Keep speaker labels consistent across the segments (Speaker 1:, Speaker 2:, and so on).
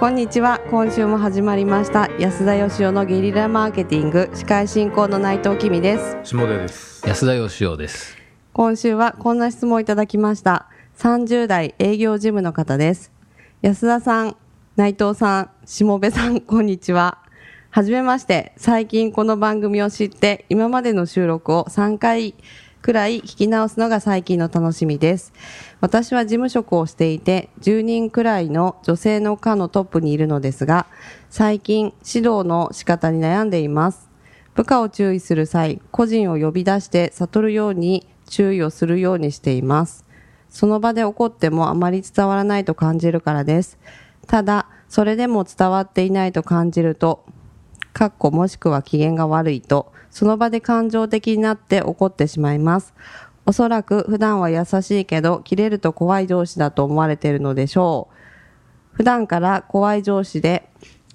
Speaker 1: こんにちは今週も始まりました安田義雄のゲリラマーケティング司会進行の内藤君です
Speaker 2: 下出です。
Speaker 3: 安田義雄です。
Speaker 1: 今週はこんな質問をいただきました30代営業事務の方です安田さん内藤さん下部さんこんにちははじめまして最近この番組を知って今までの収録を3回くらい聞き直すのが最近の楽しみです私は事務職をしていて10人くらいの女性の課のトップにいるのですが最近指導の仕方に悩んでいます部下を注意する際、個人を呼び出して悟るように注意をするようにしています。その場で怒ってもあまり伝わらないと感じるからです。ただ、それでも伝わっていないと感じると、かっこもしくは機嫌が悪いと、その場で感情的になって怒ってしまいます。おそらく普段は優しいけど、切れると怖い上司だと思われているのでしょう。普段から怖い上司で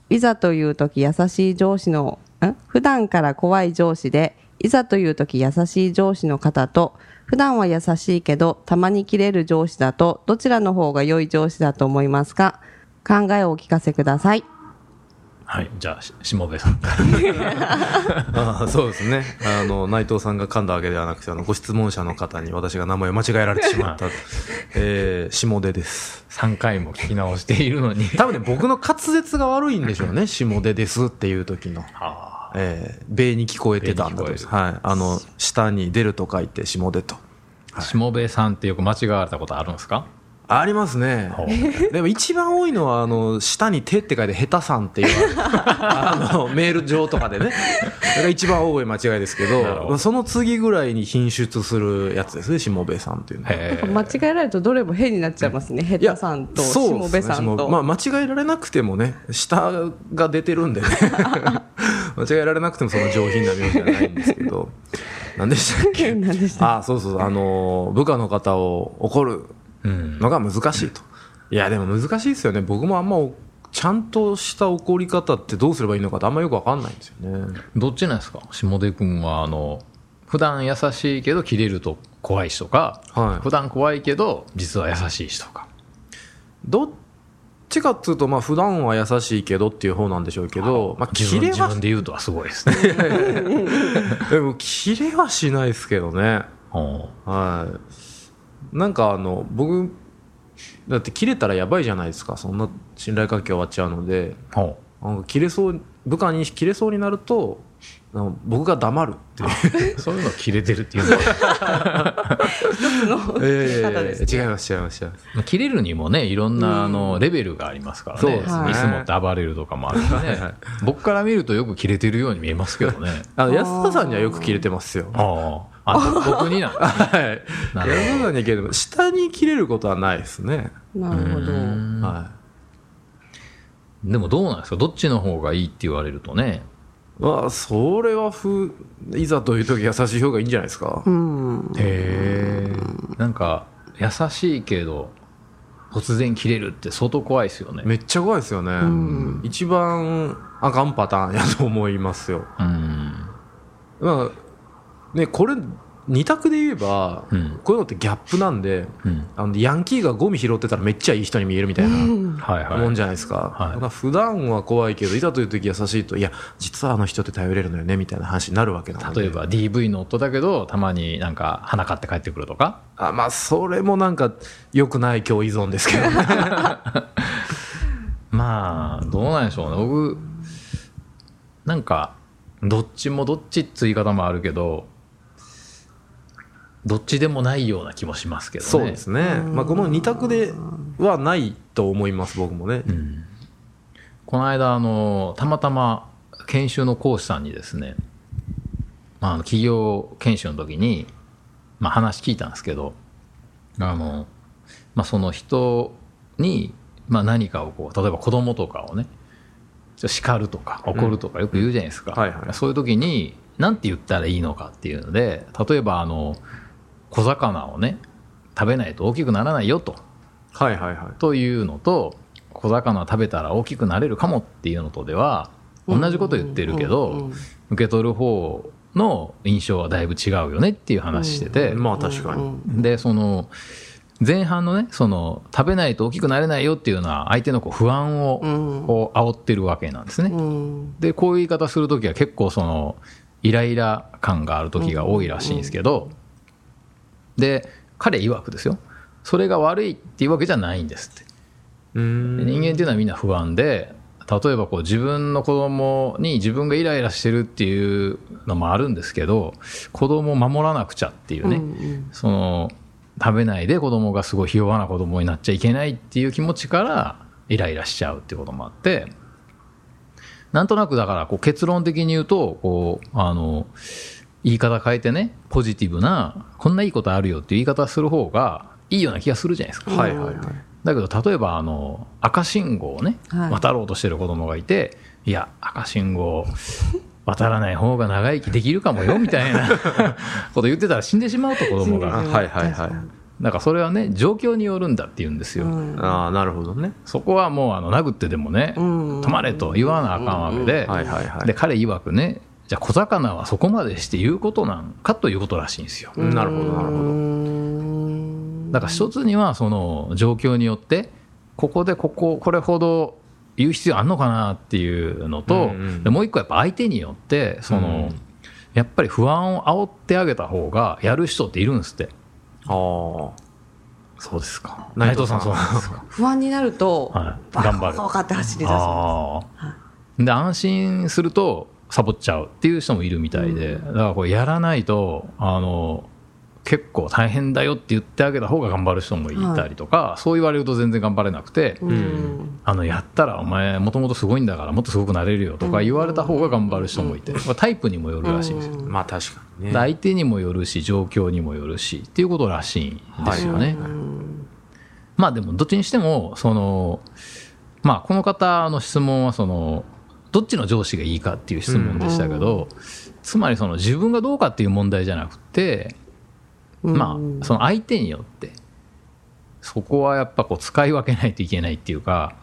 Speaker 1: いざという時優しい上司のん普段から怖い上司でいざという時優しい上司の方と普段は優しいけどたまに切れる上司だとどちらの方が良い上司だと思いますか考えをお聞かせください
Speaker 3: はい、じゃあ、し下部さんから。
Speaker 2: ああ、 そうですね。あの、内藤さんが噛んだわけではなくて、あの、ご質問者の方に私が名前を間違えられてしまった。えー、下出です。
Speaker 3: 3回も聞き直しているのに。
Speaker 2: 多分ね、僕の滑舌が悪いんでしょうね。下出ですっていう時の。
Speaker 3: あ
Speaker 2: えー、米に聞こえてたんだと思います。
Speaker 3: 米に聞こ
Speaker 2: はい。あの、下に出ると書いて下出と。
Speaker 3: ー下部さんってよく間違われたことあるんですか
Speaker 2: ありますね。 でも一番多いのは、あの、下に手って書いて、下手さんっていうあ の、メール上とかでね。それが一番多い間違いですけど、
Speaker 3: なるほど
Speaker 2: まあその次ぐらいに品質するやつですね、下部さんっていうのは。
Speaker 3: え
Speaker 1: 間違えられるとどれも変になっちゃいますねヘ
Speaker 2: いや
Speaker 1: タさんと
Speaker 2: そう
Speaker 1: 下
Speaker 2: ですね
Speaker 1: 部さん
Speaker 2: 下まあ、
Speaker 1: と
Speaker 2: 間違えられなくてもね、下が出てる んでね。間違えられなくてもその上品な名字じゃないんですけ ど。何でしたっけ
Speaker 1: 何でした
Speaker 2: あ、そうそうそう、あの、部下の方を怒る
Speaker 3: うん。
Speaker 2: のが難しいと。いや、でも難しいですよね。僕もあんまお、ちゃんとした怒り方ってどうすればいいのかってあんまよくわかんないんですよね。
Speaker 3: どっちなんですか下出君は、あの、普段優しいけど切れると怖い人か、
Speaker 2: はい
Speaker 3: 普段怖いけど実は優しい人か。
Speaker 2: どっちかっていうと、まあ、普段は優しいけどっていう方なんでしょうけど、まあ、
Speaker 3: 自
Speaker 2: キ
Speaker 3: 分
Speaker 2: レ
Speaker 3: 自
Speaker 2: は
Speaker 3: 分、で言うとはすごいですね。
Speaker 2: でも、キレはしないですけどね。
Speaker 3: お
Speaker 2: はい。なんか、あの、僕、だって、切れたらやばいじゃないですか。そんな信頼関係終わっちゃうので、
Speaker 3: ーお
Speaker 2: なんか切れそう、部下に切れそうになると、あの僕が黙るって いう。
Speaker 3: ー そういうの切れてるっていうのは。
Speaker 1: の方ですね
Speaker 2: 違います、違います、違います。
Speaker 3: 切れるにもね、いろんなあのレベルがありますからね。
Speaker 2: そうです
Speaker 1: ね
Speaker 3: いつもって暴れるとかもあるし
Speaker 2: はいはい
Speaker 3: ね。僕から見るとよく切れてるように見えますけどね。
Speaker 2: あの安田さんにはよく切れてますよ。
Speaker 3: あああ、僕にな んだ。
Speaker 2: はい。
Speaker 3: な
Speaker 2: 安
Speaker 3: る
Speaker 2: 田
Speaker 3: ほど
Speaker 2: さんには切れてます。下に切れることはないですね。
Speaker 1: なるほど
Speaker 3: うん
Speaker 2: は
Speaker 3: でもどうなんですかどっちの方がいいって言われるとね。
Speaker 2: い。まあ、それはふ、いざという時優しい方がいいんじゃないですか
Speaker 1: う。ん
Speaker 3: へなんか、優しいけど、突然切れるって相当怖いですよね。
Speaker 2: めっちゃ怖いですよね。
Speaker 1: ん
Speaker 2: 一番あかんパターンやと思いますよ。
Speaker 3: うん。
Speaker 2: まあ、ね、これ、二択で言えば、
Speaker 3: うん
Speaker 2: こういうのってギャップなんで、
Speaker 3: うん。
Speaker 2: あのヤンキーがゴミ拾ってたらめっちゃいい人に見えるみたいな。
Speaker 3: はいはい。
Speaker 2: もんじゃないですか、
Speaker 3: はい
Speaker 2: だから普段は怖いけどいざという時優しいといや実はあの人って頼れるのよねみたいな話になるわけなので
Speaker 3: 例えば DV の夫だけど、たまになんか花買って帰ってくるとか。
Speaker 2: あまあそれもなんか良くない今日依存ですけどね
Speaker 3: まあ、どうなんでしょうね。僕、なんか、どっちもどっちって言い方もあるけど、どっちでもないような気もしますけどね。
Speaker 2: そうですね、まあ、この二択ではないと思います僕もね、
Speaker 3: うんこの間あのたまたま研修の講師さんにですね、まあ、あの企業研修の時に、まあ、話聞いたんですけどあの、まあ、その人に、まあ、何かをこう例えば子供とかをねちょ叱るとか怒るとかよく言うじゃないですか、
Speaker 2: はいはい
Speaker 3: そういう時に何て言ったらいいのかっていうので例えばあの小魚をね食べないと大きくならないよと。
Speaker 2: はいはいはい
Speaker 3: というのと小魚食べたら大きくなれるかもっていうのとでは同じこと言ってるけど、
Speaker 1: うんうんうん
Speaker 3: 受け取る方の印象はだいぶ違うよねっていう話してて、
Speaker 2: まあ確かに、
Speaker 1: うん
Speaker 3: でその前半のねその食べないと大きくなれないよっていうのは相手のこう不安を
Speaker 1: うん
Speaker 3: こう煽ってるわけなんですね。
Speaker 1: うん
Speaker 3: でこういう言い方する時は結構そのイライラ感がある時が多いらしいんですけど、で彼曰くですよそれが悪いっていうわけじゃないんですって。
Speaker 2: うー
Speaker 3: で
Speaker 2: ん
Speaker 3: 人間っていうのはみんな不安で例えばこう自分の子供に自分がイライラしてるっていうのもあるんですけど子供を守らなくちゃっていうね、
Speaker 1: うん
Speaker 3: その食べないで子供がすごいひ弱な子供になっちゃいけないっていう気持ちからイライラしちゃうっていうこともあってなんとなくだからこう結論的に言うとこうあの言い方変えてねポジティブなこんないいことあるよっていう言い方する方がいいような気がするじゃないですか。
Speaker 2: はいはいはい
Speaker 3: だけど例えばあの赤信号をね、
Speaker 1: はい
Speaker 3: 渡ろうとしてる子供がいていや赤信号渡らない方が長生きできるかもよみたいな こと言ってたら死んでしまうと子供
Speaker 1: う
Speaker 3: が
Speaker 1: ん
Speaker 2: あはいはいはい
Speaker 1: 確かに
Speaker 3: だからそれはね状況によるんだって言うんですよ、
Speaker 1: うん
Speaker 2: ああなるほどね
Speaker 3: そこはもうあの殴ってでもね、
Speaker 1: うん
Speaker 3: 止まれと言わなあかんわけで、
Speaker 2: はいはいはい
Speaker 3: で彼曰くねじゃあ小魚はそこまでして言うことなんかということらしいんですよ、
Speaker 2: なるほどなるほど
Speaker 1: うん
Speaker 3: だから一つにはその状況によってここでこここれほど言う必要あんのかなっていうのと、
Speaker 2: うんうん
Speaker 3: でもう一個やっぱ相手によってその、
Speaker 2: うん
Speaker 3: やっぱり不安を煽ってあげた方がやる人っているんですって
Speaker 2: あ
Speaker 3: そうですか
Speaker 2: 内
Speaker 3: 内
Speaker 2: 藤さ
Speaker 3: 藤
Speaker 2: ん
Speaker 3: さんそうなんですか
Speaker 1: 不安になると、
Speaker 3: はい
Speaker 1: バカ
Speaker 3: 頑張る
Speaker 1: バカって走り出す
Speaker 3: ああで安心するとサボっちゃうっていう人もいるみたいで、だからこれやらないとあの結構大変だよって言ってあげた方が頑張る人もいたりとか、そう言われると全然頑張れなくて、
Speaker 1: うんん
Speaker 3: あのやったらお前もともとすごいんだからもっとすごくなれるよとか言われた方が頑張る人もいて、まあタイプにもよるらしいんですよ、
Speaker 2: あまあ確かにね
Speaker 3: 相手にもよるし状況にもよるしっていうことらしいんですよね、まあでもどっちにしてもそのまあこの方の質問はそのどっちの上司がいいかっていう質問でしたけど、つまりその自分がどうかっていう問題じゃなくて、まあその相手によってそこはやっぱこう使い分けないといけないっていうか、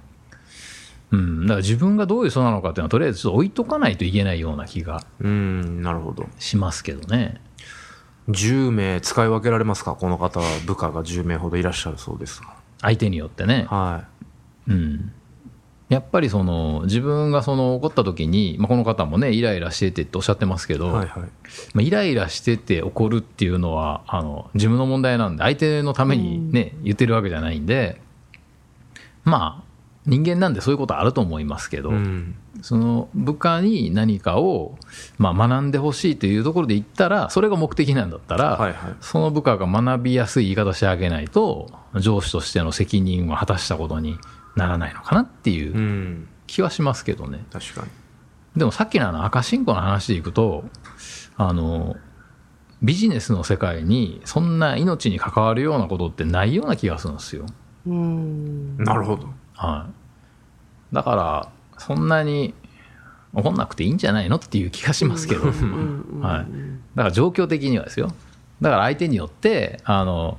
Speaker 3: うん、だから自分がどういう人なのかっていうのはとりあえずちょっと置いとかないといけないような気が
Speaker 2: うんなるほど
Speaker 3: しますけどね。
Speaker 2: 10名使い分けられますかこの方は部下が10名ほどいらっしゃるそうですが
Speaker 3: 相手によってね、
Speaker 2: は
Speaker 3: うん、やっぱりその自分がその怒った時に、まあ、この方もねイライラしててっておっしゃってますけ
Speaker 2: い
Speaker 3: ど、
Speaker 2: はいはい
Speaker 3: まあ、イライラしてて怒るっていうのはあの自分の問題なんで相手のためにね、言ってるわけじゃないんでまあ人間なんでそういうことあると思いますけど、
Speaker 2: うん
Speaker 3: その部下に何かを、まあ、学んでほしいというところで言ったらそれが目的なんだったら、
Speaker 2: はいはい
Speaker 3: その部下が学びやすい言い方してあげないと上司としての責任を果たしたことにならないのかなっていううん気はしますけどね、
Speaker 2: 確かに
Speaker 3: でもさっきのあの赤信号の話でいくとあのビジネスの世界にそんな命に関わるようなことってないような気がするんですよ、
Speaker 1: うん
Speaker 2: なるほど
Speaker 3: はい、だからそんなに怒んなくていいんじゃないのっていう気がしますけど、はい、だから状況的にはですよだから相手によってあの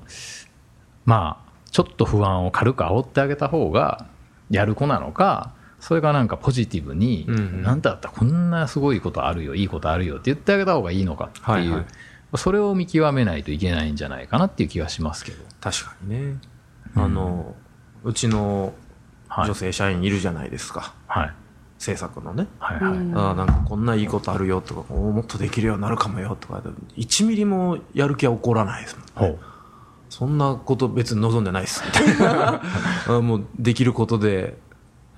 Speaker 3: まあちょっと不安を軽く煽ってあげた方がやる子なのかそれがなんかポジティブに、
Speaker 2: うんうん
Speaker 3: なんだったらこんなすごいことあるよいいことあるよって言ってあげた方がいいのかっていう、
Speaker 2: はいはい
Speaker 3: それを見極めないといけないんじゃないかなっていう気がしますけど、
Speaker 2: 確かにねあのうちの
Speaker 3: はい
Speaker 2: 女性社員いるじゃないですか
Speaker 3: はい
Speaker 2: 制作のね
Speaker 3: はいはい、
Speaker 1: うん
Speaker 2: あーなんかこんないいことあるよとかおーもっとできるようになるかもよとか1ミリもやる気は起こらないですもん
Speaker 3: ほう
Speaker 2: そんなこと別に望んでないですみたいなあもうできることで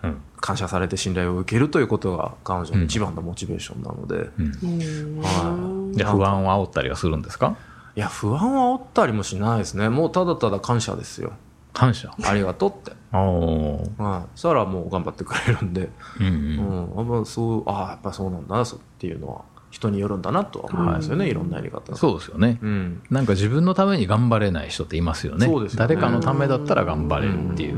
Speaker 3: うん
Speaker 2: 感謝されて信頼を受けるということが彼女の一番のモチベーションなので、
Speaker 3: うん
Speaker 1: うん
Speaker 2: は
Speaker 3: じゃあ不安を煽ったりはするんですか
Speaker 2: い、いや不安はおったりもしないですねもうただただ感謝ですよ
Speaker 3: 感謝
Speaker 2: ありがとうって、
Speaker 3: おおー、
Speaker 2: はい、そしたらもう頑張ってくれるんで、
Speaker 3: うん
Speaker 2: う
Speaker 3: うん
Speaker 2: んあんまそうああやっぱそうなんだなそうっていうのは人によるんだなとは思いますよね、いろんなやり方う、
Speaker 3: そうですよね、
Speaker 2: うん、
Speaker 3: なんか自分のために頑張れない人っていますよね
Speaker 2: そうですよね
Speaker 3: 誰かのためだったら頑張れるっていう、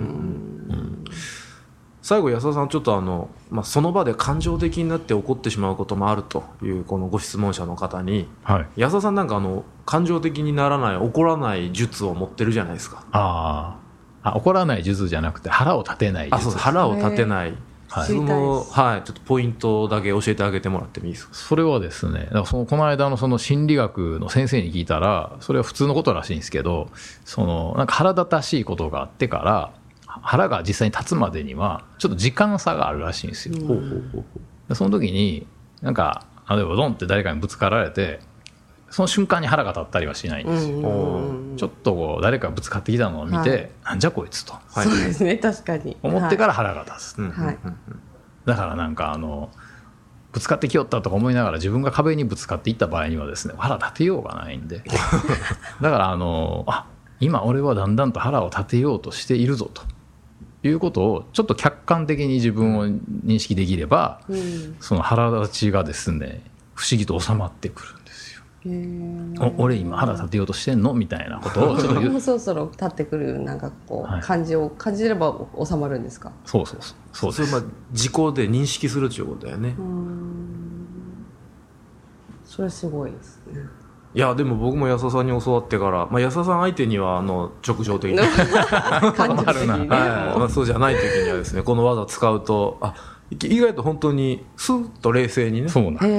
Speaker 2: 最後安田さんちょっとあの、まあ、その場で感情的になって怒ってしまうこともあるというこのご質問者の方に
Speaker 3: はい
Speaker 2: 安田さんなんかあの感情的にならない怒らない術を持ってるじゃないですか
Speaker 3: あーあ怒らない術じゃなくて腹を立てない
Speaker 2: あそう
Speaker 3: 術
Speaker 2: そう腹を立てない
Speaker 3: はい
Speaker 1: 知りたいです
Speaker 2: そのはい、ちょっとポイントだけ教えてあげてもらってもいいですか
Speaker 3: それはですね、だからそのこの間のその心理学の先生に聞いたら、それは普通のことらしいんですけど、そのなんか腹立たしいことがあってから、腹が実際に立つまでには、ちょっと時間差があるらしいんですよ。
Speaker 2: ほうほうほう
Speaker 3: でその時に、なんか、例えばドンって誰かにぶつかられて、その瞬間に腹が立ったりはしないん
Speaker 1: う
Speaker 3: ですよ。
Speaker 1: んうんうん
Speaker 3: ちょっとこう誰かぶつかってきたのを見て、
Speaker 1: はい
Speaker 3: なんじゃこいつと
Speaker 2: はい
Speaker 1: そうですね、確かに。。
Speaker 3: 思ってからら腹が立つ、
Speaker 2: うんうんうん
Speaker 1: はい
Speaker 3: だからなんかあのぶつかってきよったとか思いながら自分が壁にぶつかっていった場合にはですね腹立てようがない んでだからあのあ今俺はだんだんと腹を立てようとしているぞということをちょっと客観的に自分を認識できれば
Speaker 1: うん
Speaker 3: その腹立ちがですね不思議と収まってくるんですよ。
Speaker 1: へー
Speaker 3: お俺今腹立てようとしてんのみたいなことをちょっと言う
Speaker 1: も うそろそろ立ってくるなんかこ
Speaker 3: はいう
Speaker 1: 感じを感じれば収まるんですか。
Speaker 3: そうそうそうそう
Speaker 2: それまあ自己で認識するっていうことだよね
Speaker 1: うーんそれすごいです ね。
Speaker 2: いやでも僕も安田さんに教わってから、まあ、安田さん相手にはあの直 情的に、はい
Speaker 1: 感情的にね。
Speaker 2: まあ、そうじゃない時にはですねこの技使うとあ意外と本当にスーッと冷静にね
Speaker 3: そうなんです
Speaker 1: へ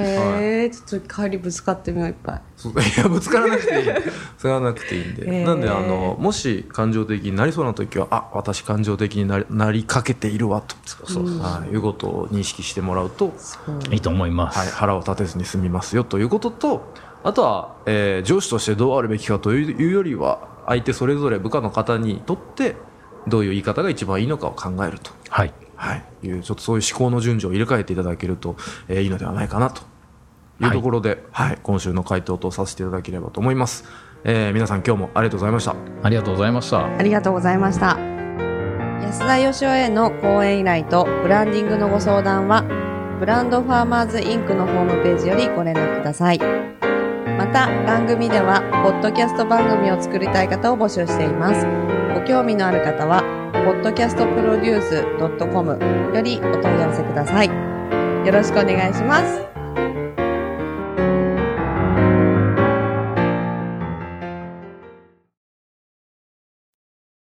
Speaker 1: え、ちょっと帰りぶつかってみよういっぱい。
Speaker 2: そう いやぶつからなくていい つがなくていいんで、
Speaker 1: えー
Speaker 2: なんであのもし感情的になりそうな時はあ私感情的になりなりかけているわと
Speaker 3: そうそう
Speaker 2: はい、いうことを認識してもらうと、
Speaker 1: すごい
Speaker 3: いいと思います。
Speaker 2: はい、腹を立てずに済みますよということとあとは、えー上司としてどうあるべきかといういうよりは相手それぞれ部下の方にとってどういう言い方が一番いいのかを考えると、
Speaker 3: はい。
Speaker 2: はい、いうちょっとそういう思考の順序を入れ替えていただけると、えーいいのではないかなというところで、はい今週の回答とさせていただければと思います、えー皆さん今日もありがとうございました
Speaker 3: ありがとうございました。
Speaker 1: ありがとうございました。安田義雄への講演依頼とブランディングのご相談は、ブランドファーマーズインクのホームページよりご連絡ください。また、番組では、ポッドキャスト番組を作りたい方を募集しています。ご興味のある方は、podcastproduce.com よりお問い合わせください。よろしくお願いします。